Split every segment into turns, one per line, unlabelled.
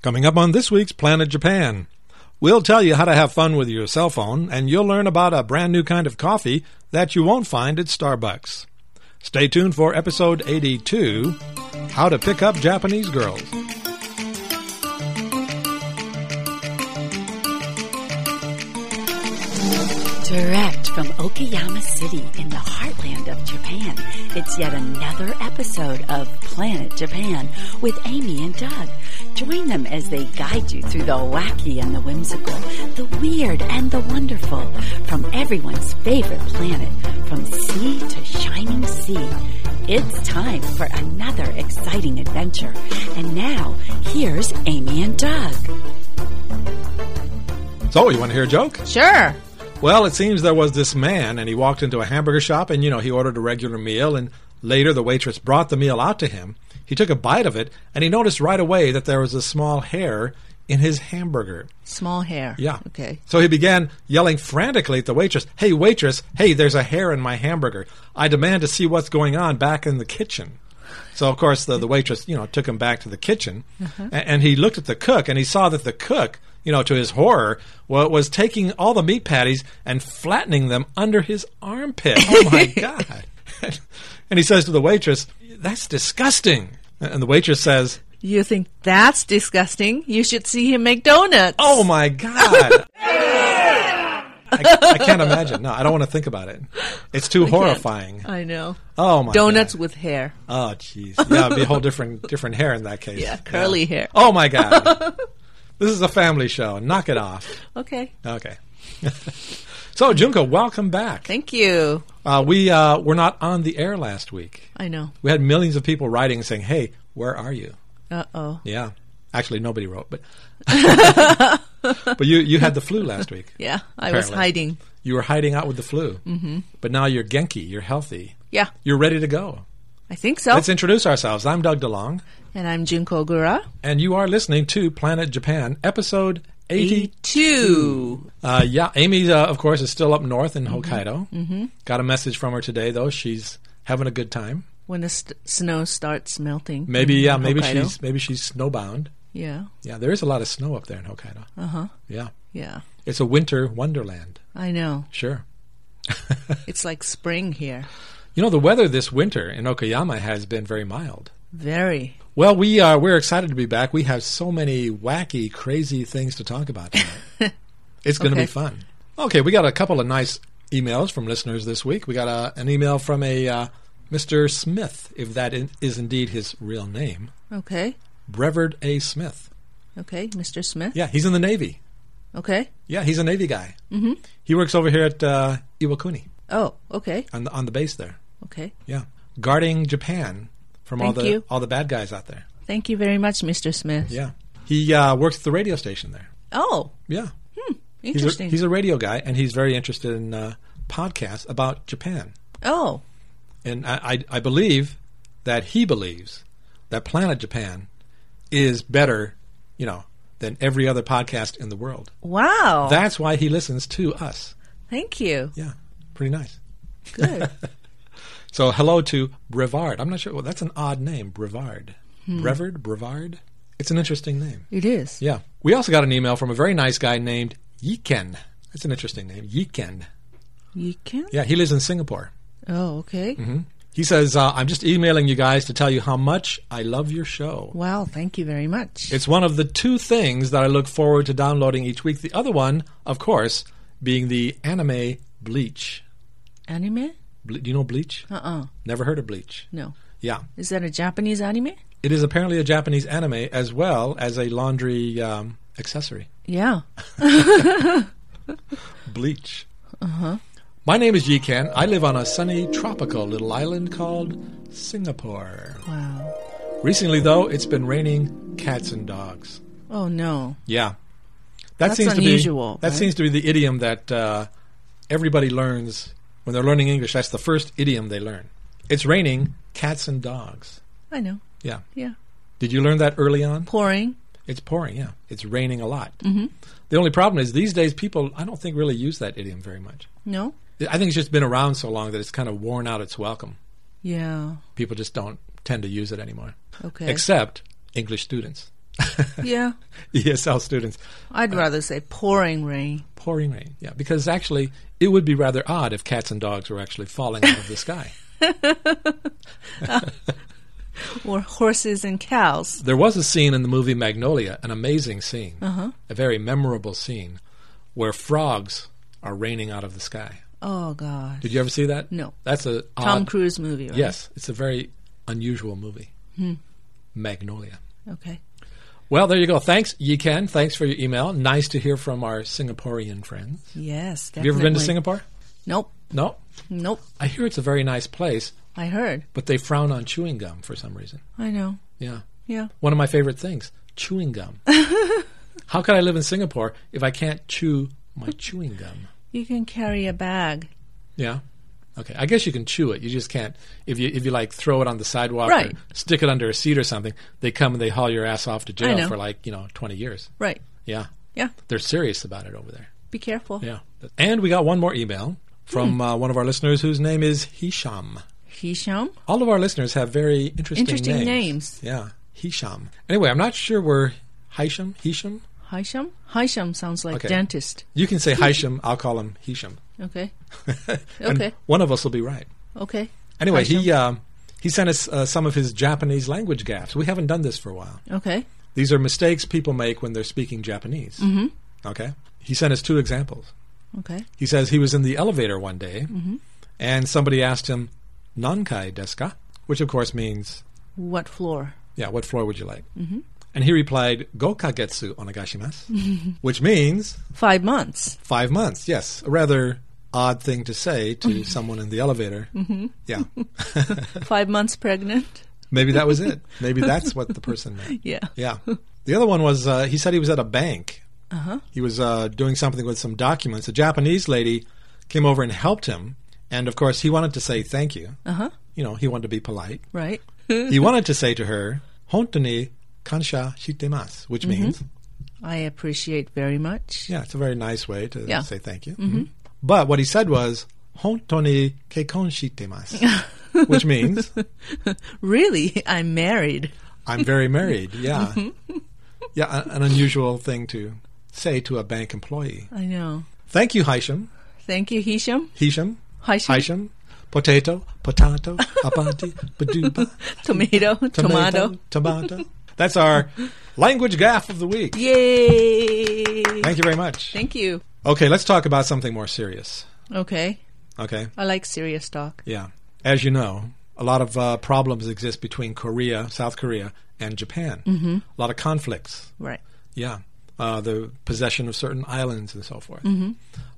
Coming up on this week's Planet Japan, we'll tell you how to have fun with your cell phone, and you'll learn about a brand new kind of coffee that you won't find at Starbucks. Stay tuned for episode 82 How to Pick Up Japanese Girls.
Direct from Okayama City in the heartland of Japan, it's yet another episode of Planet Japan with Amy and Doug. Join them as they guide you through the wacky and the whimsical, the weird and the wonderful, from everyone's favorite planet, from sea to shining sea. It's time for another exciting adventure. And now, here's Amy and Doug.
So, you want to hear a joke?
Sure.
Well, it seems there was this man, and he walked into a hamburger shop, and you know, he ordered a regular meal, and later the waitress brought the meal out to him. He took a bite of it, and he noticed right away that there was a small hair in his hamburger.
Small hair.
Yeah.
Okay.
So he began yelling frantically at the waitress, Hey, waitress, hey, there's a hair in my hamburger. I demand to see what's going on back in the kitchen. So, of course, the, the waitress, you know, took him back to the kitchen. A- And, he looked at the cook and he saw that the cook, you know, to his horror, wa was taking all the meat patties and flattening them under his armpit. Oh, my God. and he says to the waitress, That's disgusting. And the waitress says,
You think that's disgusting? You should see him make donuts.
Oh my god! I, I can't imagine. No, I don't want to think about it. It's too horrifying.
I know.
Oh my
Donuts
God.
with hair.
Oh jeez. Yeah, it'd be a whole different different hair in that case.
Yeah, curly hair.
Oh my god. this is a family show. Knock it off.
Okay.
Okay. so Junko, welcome back.
Thank you.
Uh, we uh, were not on the air last week.
I know.
We had millions of people writing saying, "Hey, where are you?"
Uh oh.
Yeah. Actually, nobody wrote, but but you you had the flu last week.
Yeah, I was
Apparently.
hiding.
You were hiding out with the flu, mm-hmm. but now you're Genki. You're healthy.
Yeah,
You're ready to go.
I think so.
Let's introduce ourselves. I'm Doug DeLong,
and I'm Junko Gura.
and you are listening to Planet Japan, episode 80.
Two.
Uh, yeah, Amy, uh, of course, is still up north in Hokkaido. Mm-hmm. Got a message from her today, though. She's having a good time.
When the st- snow starts melting.
Maybe,
in
yeah, maybe
Hokkaido.
she's maybe she's snowbound.
Yeah, uh-huh.
Yeah, there is a lot of snow up there in Hokkaido. Uh huh. Yeah,
yeah.
it's a winter wonderland.
I know.
Sure.
It's like spring here.
You know, the weather this winter in Okayama has been very mild.
Very.
Well, we are we're excited to be back. We have so many wacky, crazy things to talk about tonight. it's going to be
Okay.
fun. Okay, we got a couple of nice emails from listeners this week. We got a, an email from a uh, Mr. Smith, if that in, is indeed his real name,
Okay.
Brevard A. Smith.
Okay, Mr. Smith.
Yeah, he's in the Navy.
Okay.
Yeah, he's a Navy guy. Mm-hmm. He works over here at uh, Iwakuni
Oh, okay.
on the, on the base there.
Okay.
Yeah, guarding Japan from all
Thank
the
you.
all the bad guys out there.
Thank you very much, Mr. Smith.
Yeah, he uh, works at the radio station there.
Oh,
Yeah. He's a,
interesting.
he's a radio guy, and he's very interested in uh, podcasts about Japan.
oh,
And I, I, I believe that he believes that Planet Japan is better, you know, than every other podcast in the world.
wow.
That's why he listens to us.
Thank you.
Yeah, pretty nice.
Good.
So hello to Brevard. I'm not sure. Well, that's an odd name, Brevard. Brevard, Brevard. It's an interesting name.
it is.
Yeah. We also got an email from a very nice guy named Yiken. That's an interesting name, Yiken.
You can?
Yeah, Mm-hmm. he lives in Singapore.
Oh, okay.
He says, uh, I'm just emailing you guys to tell you how much I love your show.
Wow, thank you very much.
It's one of the two things that I look forward to downloading each week. The other one, of course, being the anime Bleach.
anime?
Ble- do you know Bleach?
Uh uh
Never heard of Bleach.
No.
Yeah.
Is that a Japanese anime?
It is apparently a Japanese anime as well as a laundry um, accessory.
Yeah.
Bleach. Uh huh. My name is Yikan. I live on a sunny, tropical little island called Singapore.
Wow.
Recently, though, it's been raining cats and dogs.
Oh, no.
Yeah, that
That's
seems
unusual,
to be that
right?
seems to be the idiom that uh, everybody learns when they're learning English. That's the first idiom they learn. It's raining cats and dogs.
I know.
Yeah.
Yeah.
Did you learn that early on?
Pouring.
It's pouring. Yeah, it's raining a lot. Mm-hmm. The only problem is these days people I don't think really use that idiom very much.
No?
I think it's just been around so long that it's kind of worn out its welcome.
Yeah.
People just don't tend to use it anymore,
Okay.
except English students.
yeah.
ESL students.
I'd rather say pouring rain.
Pouring rain. Yeah, because actually, it would be rather odd if cats and dogs were actually falling out of the sky.
or horses and cows.
There was a scene in the movie Magnolia, an amazing scene,
Uh-huh.
a very memorable scene, where frogs are raining out of the sky.
Oh God.
Did you ever see that?
No.
That's a
Tom
odd-
Cruise movie, right?
Yes, it's a very unusual movie.
Hmm.
Magnolia.
Okay.
Well, there you go. Thanks, Yi Ken. Thanks for your email. Nice to hear from our Singaporean friends.
Yes.
Have you ever been to
definitely.
Singapore?
Nope.
No.
Nope.
I hear it's a very nice place,
I heard.
but they frown on chewing gum for some reason.
I know.
Yeah.
Yeah.
One of my favorite things chewing gum. How could I live in Singapore if I can't chew my chewing gum?
You can carry a bag.
Yeah. Okay. I guess you can chew it. You just can't if you if you like throw it on the sidewalk
Right.
or stick it under a seat or something, they come and they haul your ass off to jail
know.
for like, you know, twenty years.
Right.
Yeah.
Yeah.
They're serious about it over there.
Be careful.
Yeah. And we got one more email
Hmm.
from uh, one of our listeners whose name is Hisham.
Hisham?
All of our listeners have very interesting,
Interesting names.
Yeah. Hisham. Anyway, I'm not sure where Hisham, Hisham.
Hisham? Hisham sounds like
Okay.
dentist.
You can say Hisham, I'll call him Hisham.
Okay.
And
Okay.
One of us will be right.
Okay.
Anyway, he
Hisham.
um, he sent us uh, some of his Japanese language gaffes. We haven't done this for a while.
Okay.
These are mistakes people make when they're speaking Japanese. Mm-hmm. Okay. He sent us two examples.
Okay.
He says he was in the elevator one day, and somebody asked him, "Nankai desu ka?" Which of course means,
What floor?
"Yeah, what floor would you like?" Mm-hmm. And he replied, "Go kagetsu onegaishimasu," which means
Five months.
five months. Yes, a rather odd thing to say to someone in the elevator. Mm-hmm. Yeah,
Five months pregnant?
maybe that was it. Maybe that's what the person meant.
Yeah.
Yeah. The other one was uh, he said he was at a bank. He was uh, doing something with some documents. A Japanese lady came over and helped him. And of course, he wanted to say thank you. Uh-huh. You know, he wanted to be polite.
Right.
he wanted to say to her, Hontoni kansha shitemasu, which means,
I appreciate very much.
yeah, it's a very nice way to
Yeah. Mm-hmm.
say thank you. Mhm. But what he said was, Hontoni keikon shitemasu, which means,
Really? I'm married.
I'm very married. Yeah.
Mm-hmm.
yeah, a- an unusual thing to say to a bank employee.
I know.
Thank you, Hisham.
Thank you, Hisham.
Hisham.
Hisham.
Hisham. Potato. Potato. Abati. Baduba.
Tomato. Tomato.
Tomato. That's our language gaff of the week.
Yay.
Thank you very much.
Thank you.
Okay, let's talk about something more serious.
Okay.
Okay.
I like serious talk.
Yeah. As you know, a lot of uh, problems exist between Korea, South Korea, and Japan. Mm-hmm. A lot of conflicts.
Right.
Yeah. Uh, the possession of certain islands and so forth.
Mm-hmm.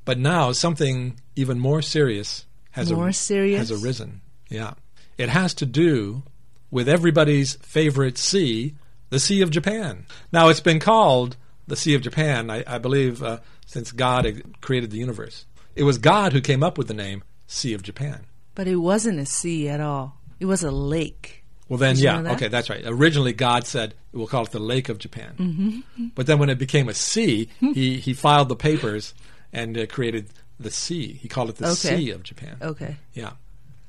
But now something even more serious has,
More
ar-
serious?
has arisen. Yeah. It has to do with everybody's favorite sea, the Sea of Japan. Now, it's been called the Sea of Japan, I, I believe, uh, since God ex- created the universe. It was God who came up with the name Sea of Japan.
But it wasn't a sea at all. It was a lake.
Well, then,
Did you
yeah,
know that?
okay, that's right. Originally, God said we'll call it the Lake of Japan,
Mm-hmm,
but then when it became a sea, he he filed the papers and uh, created the sea. He called it the
Okay. Oh.
Sea of Japan.
Okay.
Yeah,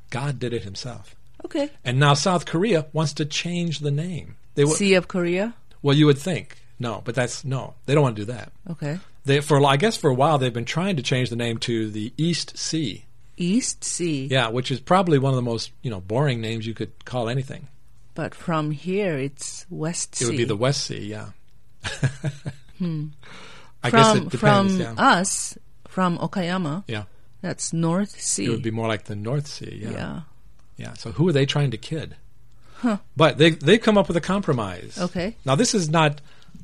God did it himself,
Okay.
and now South Korea wants to change the name. They w-
sea of Korea?
well, you would think no, but that's no. They don't want to do that.
Okay.
They for I guess for a while they've been trying to change the name to the East Sea.
East Sea.
Yeah, which is probably one of the most you know boring names you could call anything.
But from here, it's West Sea. Hmm.
It would be the West Sea, yeah. I
from
guess it depends.
from
yeah.
us, from Okayama,
yeah,
that's North Sea.
it would be more like the North Sea. Yeah,
yeah.
yeah. So who are they trying to kid? But they they've come up with a compromise.
Okay.
Now this is not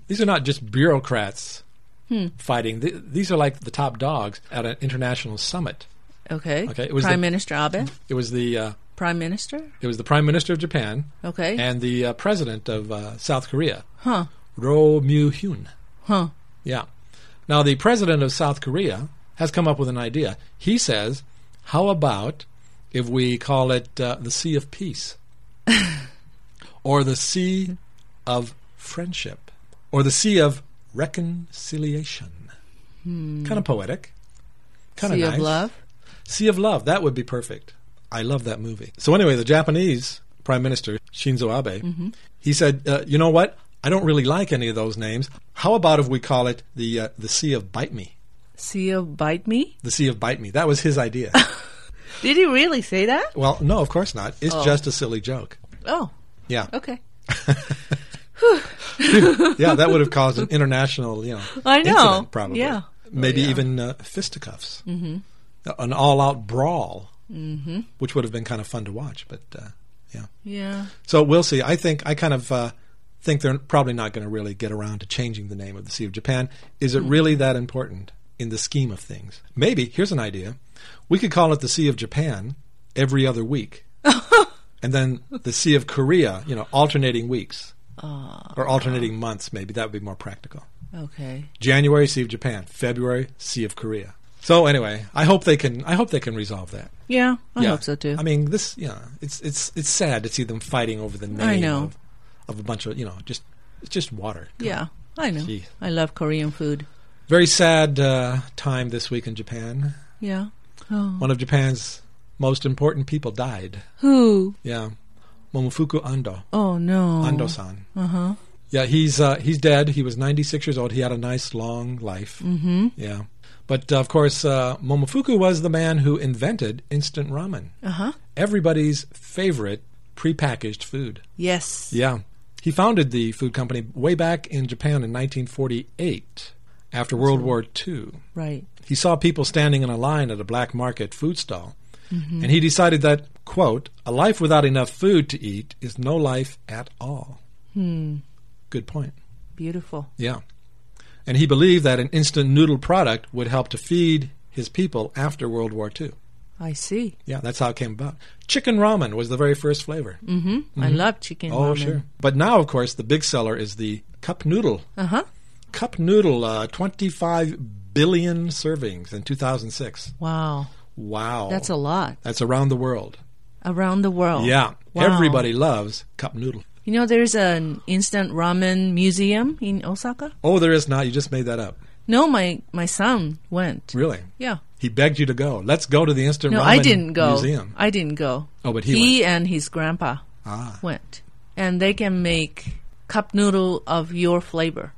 these are not just bureaucrats
Hmm.
fighting. Th- these are like the top dogs at an international summit.
Okay.
Okay, it was
Prime
the-
Minister Abe.
It was the uh,
Prime Minister.
it was the Prime Minister of Japan
Okay.
and the uh, President of uh, South Korea,
huh.
Roh Moo-hyun.
Huh.
Yeah. Now, the president of South Korea has come up with an idea. He says, how about if we call it uh, the Sea of Peace? or the Sea of Friendship? Or the Sea of Reconciliation? Kind of poetic. Kind
Hmm. sea
of nice.
of Love.
Sea of Love. That would be perfect. I love that
Mm-hmm.
movie. So anyway, the Japanese Prime Minister Shinzo Abe, he said, uh, "You know what? I don't really like any of those names. How about if we call it the uh, the Sea of Bite Me?
See you bite me?
The Sea of Bite Me. That was his idea.
Did he really say that?
well, no, of course not. It's
Oh.
just a silly joke.
Oh,
Yeah,
okay.
yeah, that would have caused an international, you know,
I know.
incident probably. Oh,
Yeah.
maybe even uh, fisticuffs, mm-hmm. an all-out brawl, mm-hmm. which would have been kind of fun to watch. But uh, yeah,
Yeah.
so we'll see. I think I kind of uh, think they're probably not going to really get around to changing the name of the Sea of Japan. Is it really that important in the scheme of things? Maybe here's an idea: we could call it the Sea of Japan every other week, and then the Sea of Korea. You know, alternating weeks or alternating months. Maybe that would be more practical.
Okay.
January Sea of Japan, February Sea of Korea. So anyway, I hope they can. I hope they can resolve that.
Yeah, I
Yeah.
hope so too.
I mean, this, yeah, it's it's it's sad to see them fighting over the name.
I know.
Of, of a bunch of you know, just it's just water.
yeah, I know.
Gee.
I love Korean food.
Very sad uh, time this week in Japan.
Yeah. Oh.
One of Japan's most important people died.
Who?
Yeah, Momofuku Ando,
Oh no. Uh-huh.
Ando-san. Uh huh. Yeah, he's uh, he's dead. He was 96 years old. He had a nice long life. Mm-hmm. Yeah, but uh, of course, uh, Momofuku was the man who invented instant ramen. Uh
Uh-huh.
huh. Everybody's favorite prepackaged food.
Yes.
Yeah. He founded the food company way back in Japan in 1948 after World War II.
Right.
He saw people standing in a line at a black market food stall, and he decided that, quote, a life without enough food to eat is no life at all. Good point.
Beautiful.
Yeah. And he believed that an instant noodle product would help to feed his people after World War II.
I see.
Yeah, that's how it came about. Chicken ramen was the very first flavor.
I love chicken
Oh,
ramen.
sure. But now, of course, the big seller is the cup noodle.
Uh huh.
Cup noodle, uh, 25 billion servings in 2006.
Wow.
Wow.
That's a lot
That's around the world.
around the world.
Yeah.
Wow.
Everybody loves cup noodle.
You know, there's an instant ramen museum in Osaka.
Oh, there is not. You just made that up.
No, my my son went.
Really?
Yeah.
He begged you to go. Let's go to the instant
No,
ramen
I didn't go.
museum.
I didn't go.
Oh, but he
and his grandpa
Ah.
went, and they can make cup noodle of your flavor.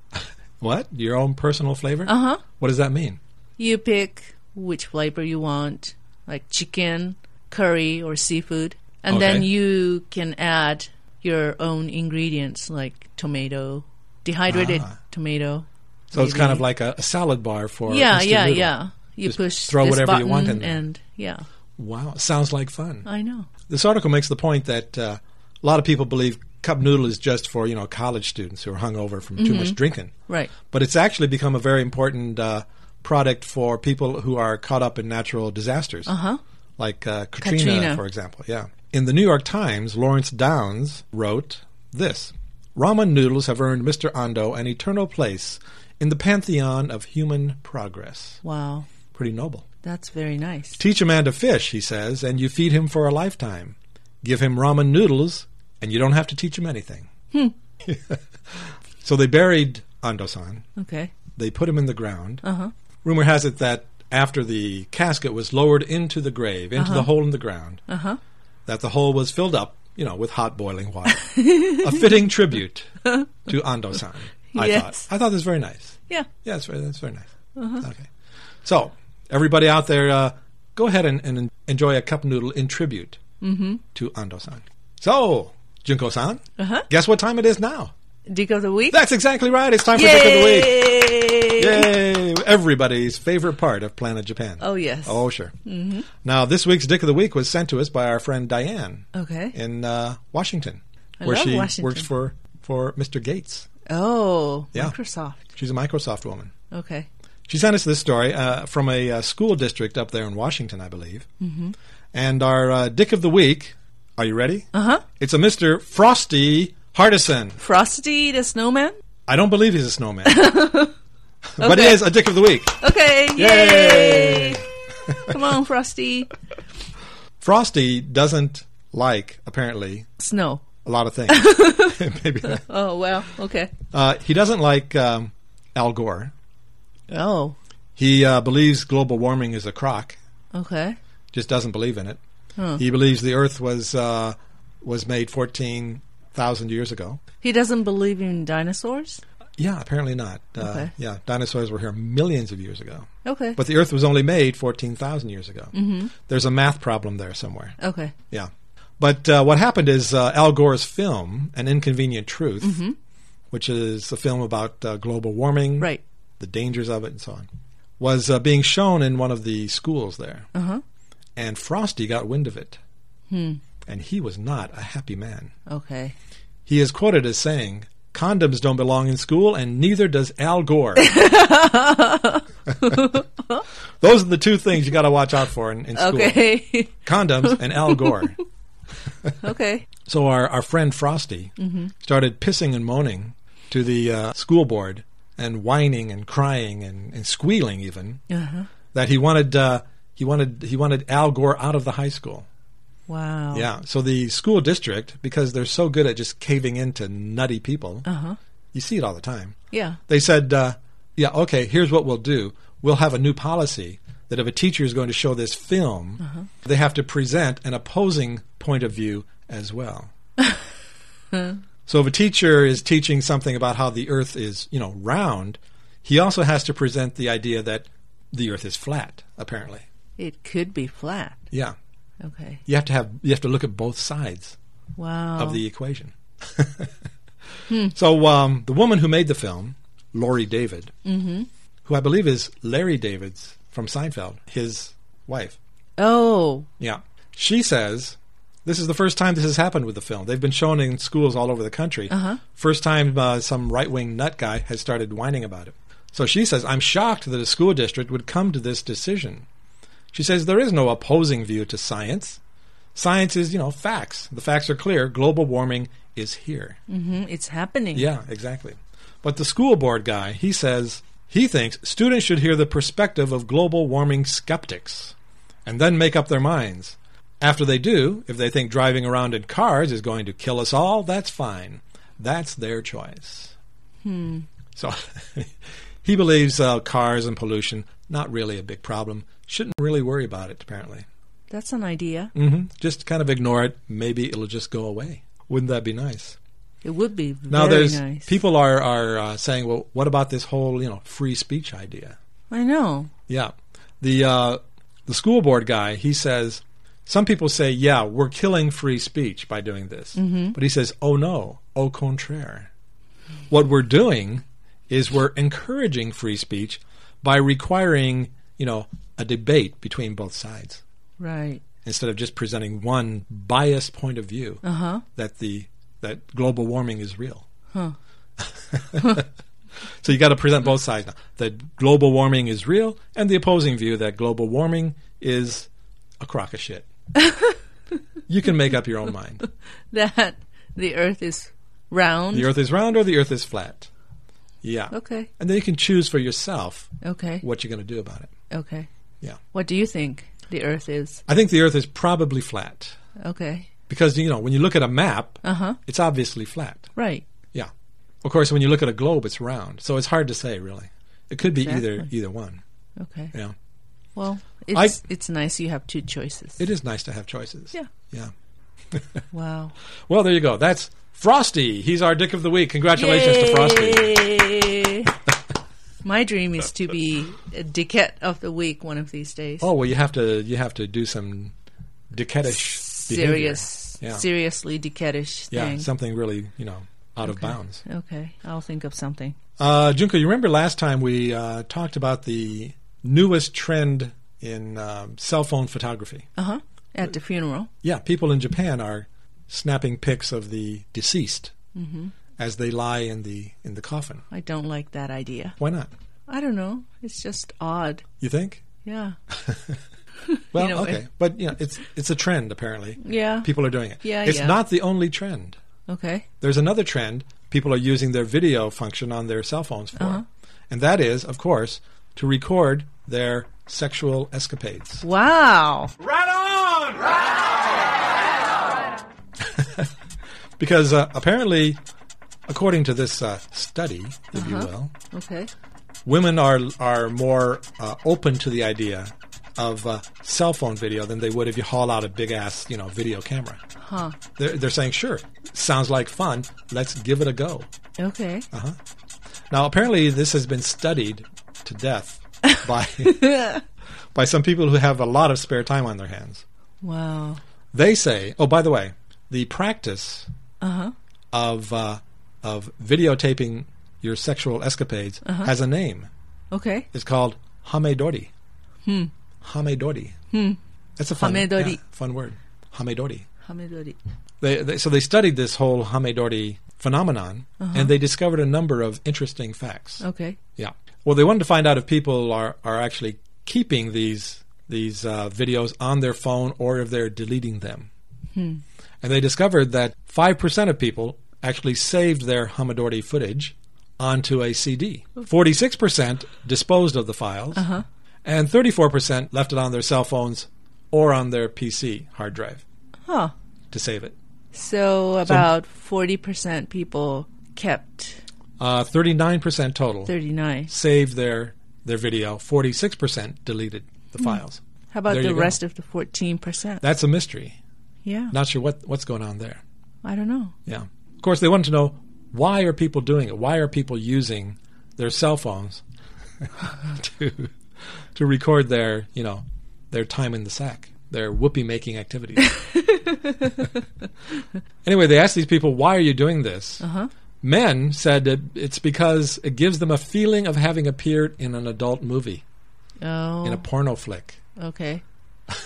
What? Your own personal flavor?
Uh huh.
What does that mean?
You pick which flavor you want, like chicken, curry, or seafood, and then
Okay.
you can add your own ingredients like tomato, dehydrated tomato.
Ah. So it's kind of
maybe.
like a, a salad bar for
yeah,
instant
yeah,
noodle.
yeah. You
Just
push
throw
this
whatever you
button
want in there.
and yeah,
Wow, sounds like fun.
I know.
This article makes the point that uh, a lot of people believe cup noodle is just for you know college students who are hungover from
Mm-hmm.
too much drinking,
Right.
but it's actually become a very important uh, product for people who are caught up in natural disasters, uh-huh. like uh, Katrina,
Katrina.
for example. Yeah. In the New York Times, Lawrence Downs wrote this: "Ramen noodles have earned Mr. Ando an eternal place in the pantheon of human progress."
Wow.
Pretty noble.
That's very nice.
Teach a man to fish, he says, and you feed him for a lifetime. Give him ramen noodles, and you don't have to teach him anything. so they buried Ando-san.
Okay.
They put him in the ground.
Uh-huh.
Rumor has it that after the casket was lowered into the grave, into
Uh-huh.
the hole in the ground, that the hole was filled up, you know, with hot boiling water. a fitting tribute to Ando-san. I
Yes. Uh-huh.
thought. I thought this was very nice.
Yeah.
Yeah, that's very, that's very nice. Okay. So, everybody out there, uh, go ahead and, and enjoy a cup noodle in tribute
Mm-hmm.
to Ando san. So, Junko san,
Uh-huh.
guess what time it is now?
Dick of the week.
That's exactly right. It's time for Dick of the Week. Yay! Everybody's favorite part of Planet Japan.
Oh, yes.
Oh, sure. Mm-hmm. Now, this week's Dick of the Week was sent to us by our friend Diane
Okay.
in uh, Washington,
I
where
love
she
Washington.
works for, for Mr. Gates.
Oh,
Yeah.
Microsoft.
She's a Microsoft woman.
Okay.
She sent us this story uh, from a uh, school district up there in Washington, I believe. Mm-hmm. And our uh, dick of the week, are you ready?
Uh huh.
It's a Mr. Frosty Hardison.
Frosty the Snowman.
I don't believe he's a snowman, but it
Okay.
is a dick of the week.
Okay. Yay! Come on, Frosty.
Frosty doesn't like, apparently,
Snow.
a lot of things. Maybe that.
Oh well. Okay.
Uh, he doesn't like um, Al Gore.
Oh.
He uh, believes global warming is a crock.
Okay.
just doesn't believe in it. He believes the Earth was uh, was made 14 thousand years ago.
He doesn't believe in dinosaurs?
Yeah, apparently not. Uh,
Okay.
yeah, dinosaurs were here millions of years ago,
Okay.
but the Earth was only made fourteen thousand years ago. Mm-hmm. There's a math problem there somewhere.
okay.
Yeah. But uh, what happened is uh, Al Gore's film, An Inconvenient Truth,
Mm-hmm.
which is a film about uh, global warming,
Right.
the dangers of it, and so on, was uh, being shown in one of the schools there.
Uh-huh. Hmm.
And Frosty got wind of it. And he was not a happy man.
Okay.
He is quoted as saying, Condoms don't belong in school, and neither does Al Gore. Those are the two things you got to watch out for in, in school
Okay.
condoms and Al Gore.
okay.
So our, our friend Frosty started pissing and moaning to the uh, school board and whining and crying and, and squealing even
Uh-huh.
that he wanted uh, he wanted he wanted Al Gore out of the high school.
Wow.
Yeah. So the school district, because they're so good at just caving in to nutty people,
Uh-huh.
you see it all the time.
Yeah.
They said, uh, "Yeah, okay. Here's what we'll do. We'll have a new policy that if a teacher is going to show this film, they have to present an opposing point of view as well." so if a teacher is teaching something about how the Earth is, you know, round, he also has to present the idea that the Earth is flat. Apparently,
It could be flat.
yeah.
Okay.
You have to have you have to look at both sides
Wow.
of the equation. So um, the woman who made the film, Laurie David, who I believe is Larry David's from Seinfeld, his wife.
Oh.
Yeah, she says this is the first time this has happened with the film. They've been shown in schools all over the country. First time uh, some right wing nut guy has started whining about it. So she says, "I'm shocked that a school district would come to this decision." She says there is no opposing view to science. Science is, you know, facts. The facts are clear. Global warming is here.
hmm It's happening.
Yeah, exactly. But the school board guy, he says he thinks students should hear the perspective of global warming skeptics and then make up their minds. After they do, if they think driving around in cars is going to kill us all, that's fine. That's their choice. Hmm. So he believes uh, cars and pollution, not really a big problem. Shouldn't really worry about it, apparently.
That's an idea.
hmm Just kind of ignore it. Maybe it'll just go away. Wouldn't that be nice?
It would be
Now
very
there's
nice.
people are are uh, saying, well, what about this whole you know free speech idea?
I know.
Yeah, the uh, the school board guy he says some people say, yeah, we're killing free speech by doing this,
Mm-hmm.
but he says, oh no, au contraire, what we're doing is we're encouraging free speech by requiring you know a debate between both sides
Right.
instead of just presenting one biased point of view
Uh-huh.
that the that global warming is real. so you got to present both sides now. That global warming is real, and the opposing view that global warming is a crock of shit. you can make up your own mind.
That the earth is round.
The Earth is round or the Earth is flat. Yeah.
Okay.
And then you can choose for yourself
Okay.
what you're going to do about it.
Okay.
Yeah.
What do you think the earth is?
I think the Earth is probably flat
Okay.
because you know when you look at a map,
Uh-huh.
it's obviously flat.
Right.
Yeah. Of course, when you look at a globe, it's round, so it's hard to say really. It could be either
Exactly.
either one.
Okay.
Yeah.
Well, it's it's nice you have two choices.
It is nice to have choices.
Yeah.
Yeah.
Wow.
Well, there you go. That's Frosty. He's our dick of the week. Congratulations to Frosty.
Yay. My dream is to be a dickette of the week one of these days.
Oh well, you have to you have to do some dickettish behavior.
Serious,
Yeah.
seriously dickettish
Yeah,
thing.
something really you know out of bounds.
okay, I'll think of something.
Uh, Junko, you remember last time we uh, talked about the newest trend in uh, cell phone photography.
Uh huh. At the funeral.
yeah, people in Japan are snapping pics of the deceased
Mm-hmm.
as they lie in the in the coffin.
I don't like that idea.
Why not?
I don't know. It's just odd.
You think?
Yeah.
Well,
know,
okay,
it-
but you know, it's it's a trend apparently.
Yeah.
People are doing it.
Yeah,
it's
yeah.
not the only trend.
Okay.
There's another trend people are using their video function on their cell phones for,
Uh-huh.
and that is, of course, to record their sexual escapades.
Wow.
Because uh, apparently, according to this uh, study, if you
Uh-huh.
will,
Okay.
women are are more uh, open to the idea of uh, cell phone video than they would if you haul out a big ass you know video camera.
Huh.
They're, they're saying, sure, sounds like fun. Let's give it a go.
Okay.
Now, apparently, this has been studied to death by by some people who have a lot of spare time on their hands.
Wow.
They say, oh, by the way, the practice of uh, of videotaping your sexual escapades has a name.
Okay.
It's called hamedori. Hmm. Hamedori. Hmm. That's a fun,
Hamedori.
yeah, fun word. Hamedori.
Hamidori.
They, they, so they studied this whole hamedori phenomenon, and they discovered a number of interesting facts.
Okay.
Yeah. Well, they wanted to find out if people are, are actually keeping these these uh, videos on their phone or if they're deleting them. And they discovered that five percent of people actually saved their Hamadorti footage onto a CD. Forty-six percent disposed of the files, and thirty-four percent left it on their cell phones or on their PC hard drive
Huh.
to save it.
So about forty percent people kept
Uh, Thirty-nine percent total
thirty nine.
saved their their video. Forty-six percent deleted the files.
How about
There
the
you go.
rest of the fourteen percent?
That's a mystery.
Yeah.
Not sure what, what's going on there.
I don't know.
Yeah. Of course, they wanted to know why are people doing it? Why are people using their cell phones to to record their you know their time in the sack, their whoopee making activities? anyway, they asked these people, "Why are you doing this?" Uh-huh. Men said that it's because it gives them a feeling of having appeared in an adult movie,
Oh.
in a porno flick.
okay.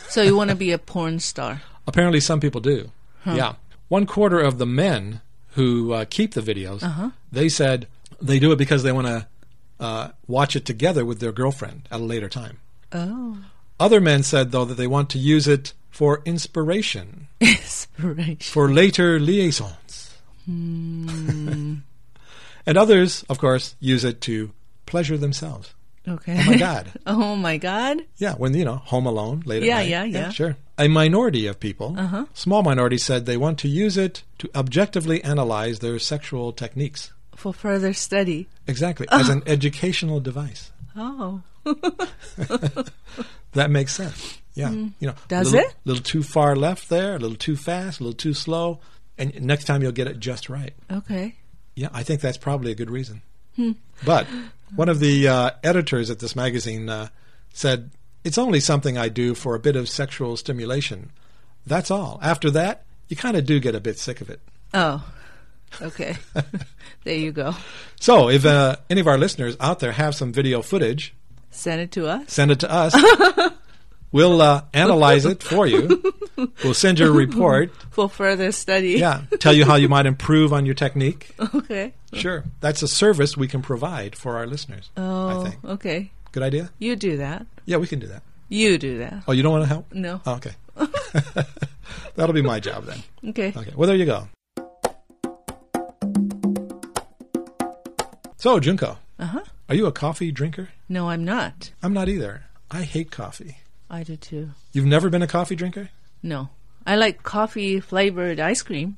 So you want to be a porn star?
Apparently, some people do. Yeah. One quarter of the men who uh, keep the videos, they said they do it because they want to uh, watch it together with their girlfriend at a later time.
Oh.
Other men said, though, that they want to use it for inspiration
Inspiration.
for later liaisons. and others, of course, use it to pleasure themselves.
Okay.
Oh my God.
Oh my God.
Yeah, when you know, home alone later.
Yeah,
night.
yeah, yeah. Uh-huh.
Sure. A minority of people, small minority, said they want to use it to objectively analyze their sexual techniques.
For further study.
Exactly, as an educational device.
Oh.
That makes sense. Yeah, you know,
Mm. Does
little,
it?
Little too far left there, a little too fast, a little too slow, and next time you'll get it just right.
Okay.
Yeah, I think that's probably a good reason. but one of the uh, editors at this magazine uh, said, It's only something I do for a bit of sexual stimulation. That's all. After that, you kind of do get a bit sick of it.
Oh. Okay. there you go.
So if uh, any of our listeners out there have some video footage,
Send it to us.
send it to us. we'll uh, analyze it for you. We'll send you a report.
For further study.
Yeah, tell you how you might improve on your technique.
Okay.
Sure. That's a service we can provide for our listeners, I
Oh,
think.
okay.
Good idea?
You do that.
Yeah, we can do that.
You do that.
Oh, you don't want to help?
No.
Oh, okay. That'll be my job then.
Okay.
Okay. Well, there you go. So, Junko,
Uh huh.
are you a coffee drinker?
No, I'm not.
I'm not either. I hate coffee.
I do too.
You've never been a coffee drinker?
No. I like coffee flavored ice cream.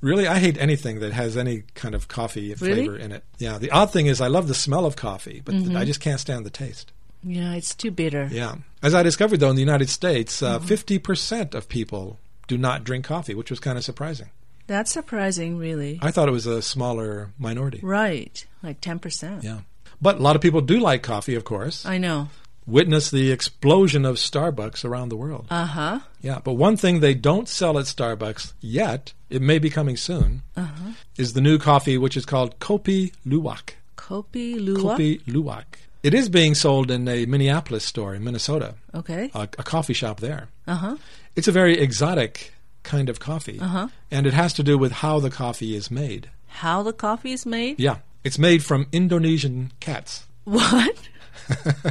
Really? I hate anything that has any kind of coffee
Really?
flavor in it. Yeah. The odd thing is, I love the smell of coffee, but th- I just can't stand the taste.
Yeah, it's too bitter.
Yeah. As I discovered, though, in the United States, uh, 50% of people do not drink coffee, which was kind of surprising.
That's surprising, really.
I thought it was a smaller minority.
Right. Like 10%.
Yeah. But a lot of people do like coffee, of course.
I know.
Witness the explosion of Starbucks around the world.
Uh huh.
yeah. But one thing they don't sell at Starbucks yet, it may be coming soon,
Uh-huh.
is the new coffee, which is called Kopi Luwak.
Kopi Luwak.
Kopi Luwak. It is being sold in a Minneapolis store in Minnesota,
Okay.
a, a coffee shop there.
Uh huh.
It's a very exotic kind of coffee.
Uh-huh.
And it has to do with how the coffee is made.
How the coffee is made?
Yeah. It's made from Indonesian cats.
What?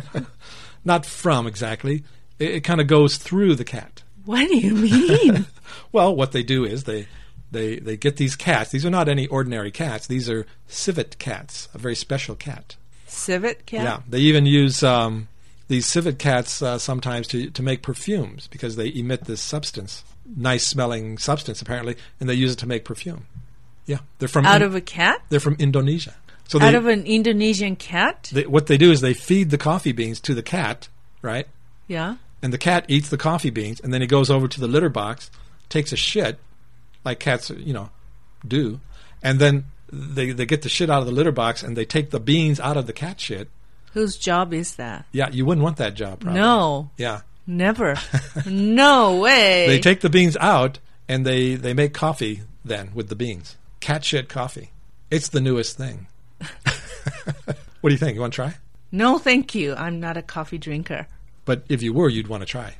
not from exactly. It, it kind of goes through the cat.
What do you mean?
Well, what they do is they they they get these cats. These are not any ordinary cats. These are civet cats, a very special cat.
Civet cat?
Yeah, they even use um, these civet cats uh, sometimes to to make perfumes because they emit this substance, nice smelling substance apparently, and they use it to make perfume. Yeah, they're from
Out
In-
of a cat?
they're from Indonesia. So they,
Out of an Indonesian cat?
they, what they do is they feed the coffee beans to the cat, right?
yeah.
and the cat eats the coffee beans, and then he goes over to the litter box, takes a shit, like cats, you know, do. And then they they get the shit out of the litter box and they take the beans out of the cat shit.
Whose job is that?
Yeah, you wouldn't want that job, probably.
No,
Yeah,
never. no way.
they take the beans out and they they make coffee then with the beans. Cat shit coffee. It's the newest thing. what do you think? You want to try?
no, thank you. I'm not a coffee drinker.
But if you were, you'd want to try.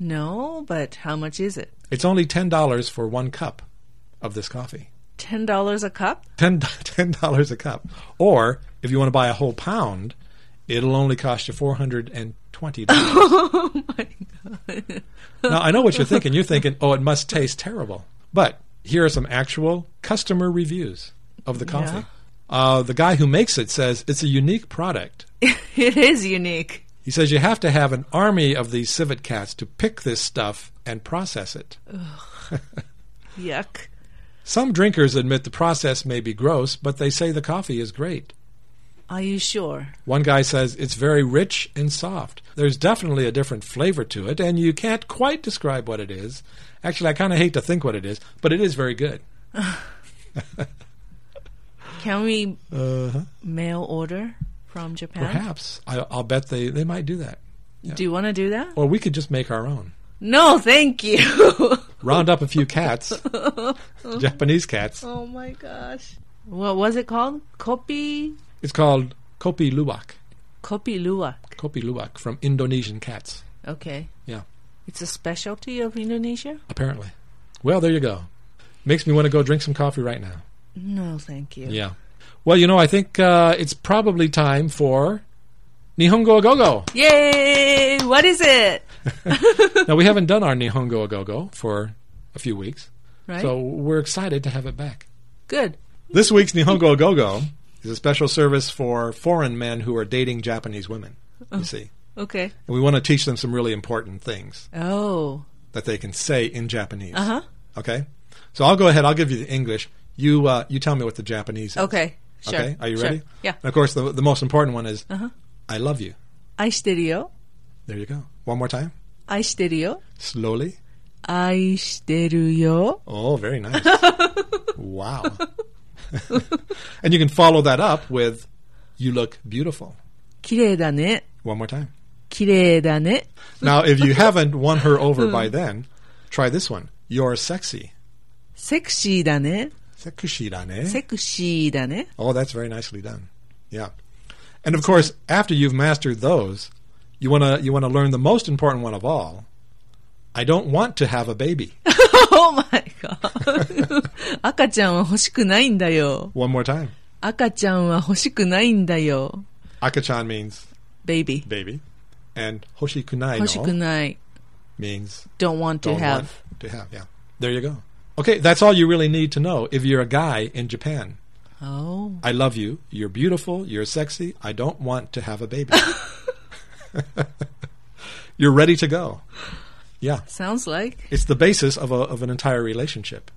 No, but how much is it?
It's only ten dollars for one cup of this coffee.
Ten dollars a cup?
Ten dollars a cup. Or if you want to buy a whole pound, it'll only cost you four hundred and twenty dollars.
oh my god.
now I know what you're thinking. You're thinking, oh, it must taste terrible. But here are some actual customer reviews of the coffee.
Yeah.
Uh, the guy who makes it says it's a unique product.
it is unique.
He says you have to have an army of these civet cats to pick this stuff and process it.
Yuck.
Some drinkers admit the process may be gross, but they say the coffee is great.
Are you sure?
One guy says it's very rich and soft. There's definitely a different flavor to it, and you can't quite describe what it is. Actually, I kind of hate to think what it is, but it is very good.
Can we mail order from Japan?
Uh-huh. Perhaps I, I'll bet they, they might do that,
Do you want to do that?
or we could just make our own.
No, thank you.
Round up a few cats, Japanese cats.
oh my gosh. What was it called? Kopi
It's called kopi luwak.
Kopi Luwak.
Kopi luwak from Indonesian cats.
Okay.
Yeah.
It's a specialty of Indonesia?
Apparently. Well, there you go. Makes me want to go drink some coffee right now.
No, thank you.
Yeah. Well, you know, I think uh, it's probably time for Nihongo Agogo.
Yay! What is it?
now, we haven't done our Nihongo Agogo for a few weeks,
Right?
so we're excited to have it back.
Good.
This week's Nihongo Agogo is a special service for foreign men who are dating Japanese women,
Oh.
you see.
Okay.
And we want to teach them some really important things
Oh.
that they can say in Japanese.
Uh huh.
Okay? So I'll go ahead. I'll give you the English. You, uh, you tell me what the Japanese is.
Okay. Sure.
Okay? Are you
Sure.
ready?
Yeah.
And of course, the, the most important one is
Uh-huh.
I love you.
아이시테리요.
There you go. One more time.
아이시테리요.
Slowly.
아이시테르요.
Oh, very nice. wow. and you can follow that up with you look beautiful.
기레다네.
One more time.
기레다네.
Now, if you haven't won her over by then, try this one. You're sexy.
섹시다네.
Sekushirane.
섹시다네.
Oh, that's very nicely done. Yeah. And of course, after you've mastered those, you want to you want to learn the most important one of all. I don't want to have a baby.
Oh my god. 赤ちゃんは欲しくないんだよ。
One more time.
赤ちゃんは欲しくないんだよ。
Akachan means
baby.
baby, and Hoshi Kunai
欲しく
no
ない。
means
don't want to
don't
have.
want to have. Yeah, there you go. Okay, that's all you really need to know if you're a guy in Japan.
Oh.
I love you. You're beautiful. You're sexy. I don't want to have a baby. you're ready to go. Yeah,
Sounds like.
it's the basis of a, of an entire relationship,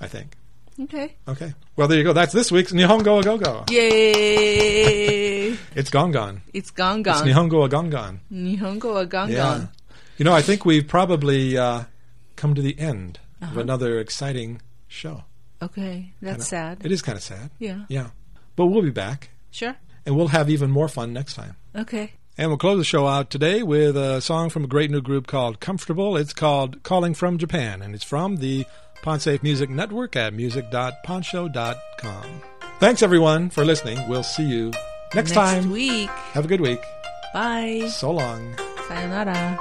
I think.
Okay.
Okay. Well, there you go. That's this week's Nihongo Agogo.
Yay!
It's gone gone.
it's gone
It's
gone.
Nihongo Agongon.
Nihongo wa gone
Yeah.
gone.
You know, I think we've probably uh, come to the end of
Uh-huh.
another exciting show.
Okay. That's sad.
It is kind of sad.
yeah.
Yeah. But we'll be back
Sure.
and we'll have even more fun next time.
Okay.
And we'll close the show out today with a song from a great new group called Comfortable. It's called Calling from Japan and it's from the Ponsafe Music Network at music.ponshow.com. Thanks everyone for listening. We'll see you next,
Next
time.
week.
Have a good week.
Bye.
So long.
Sayonara.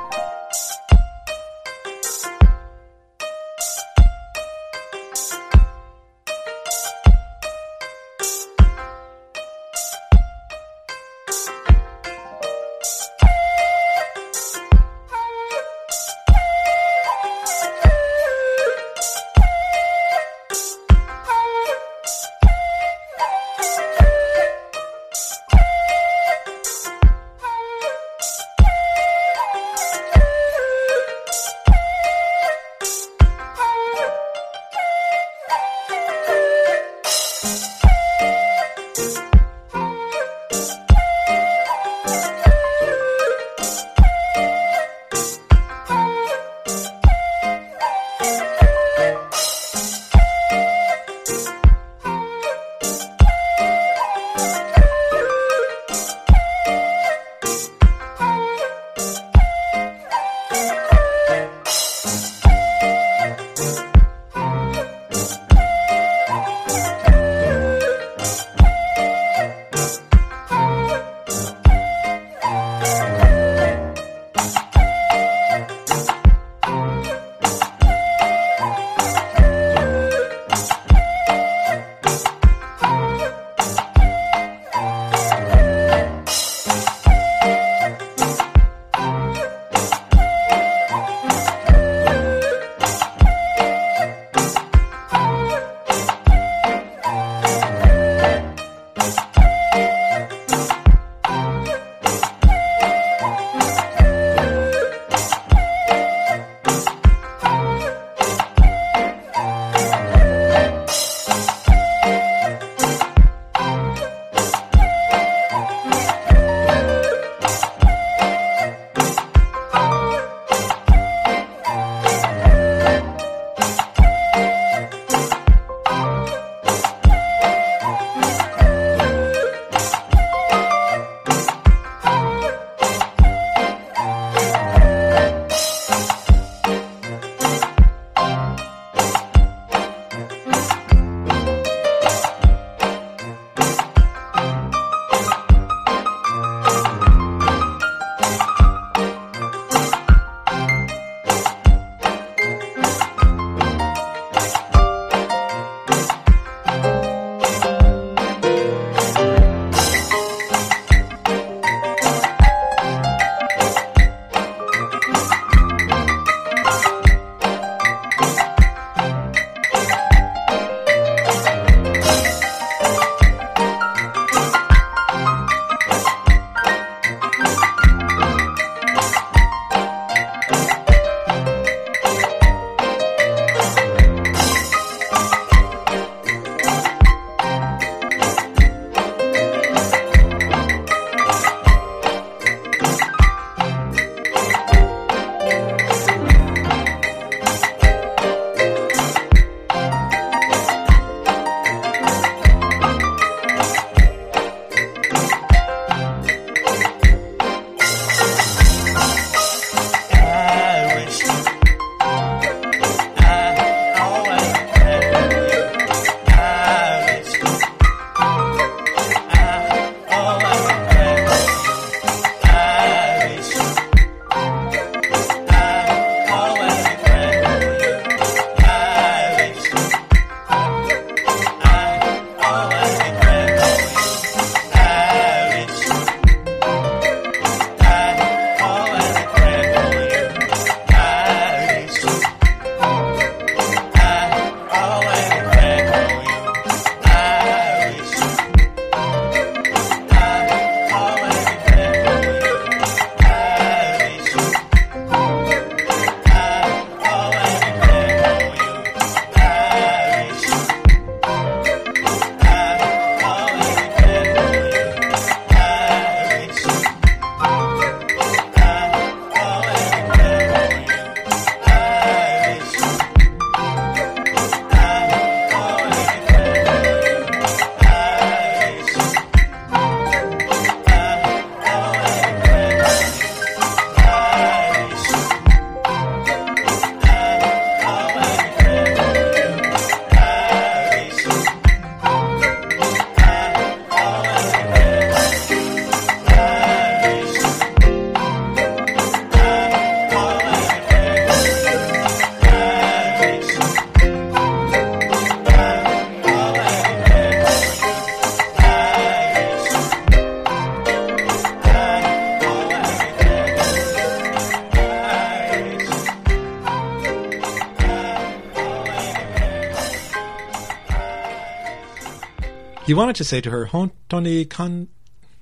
He wanted to say to her, "Hontoni kan."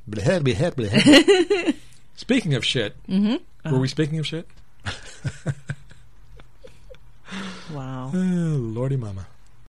Blehed, blehed, blehed. speaking of shit,
Mm-hmm.
were we speaking of shit?
Wow. Uh-huh.
Oh, Lordy, mama.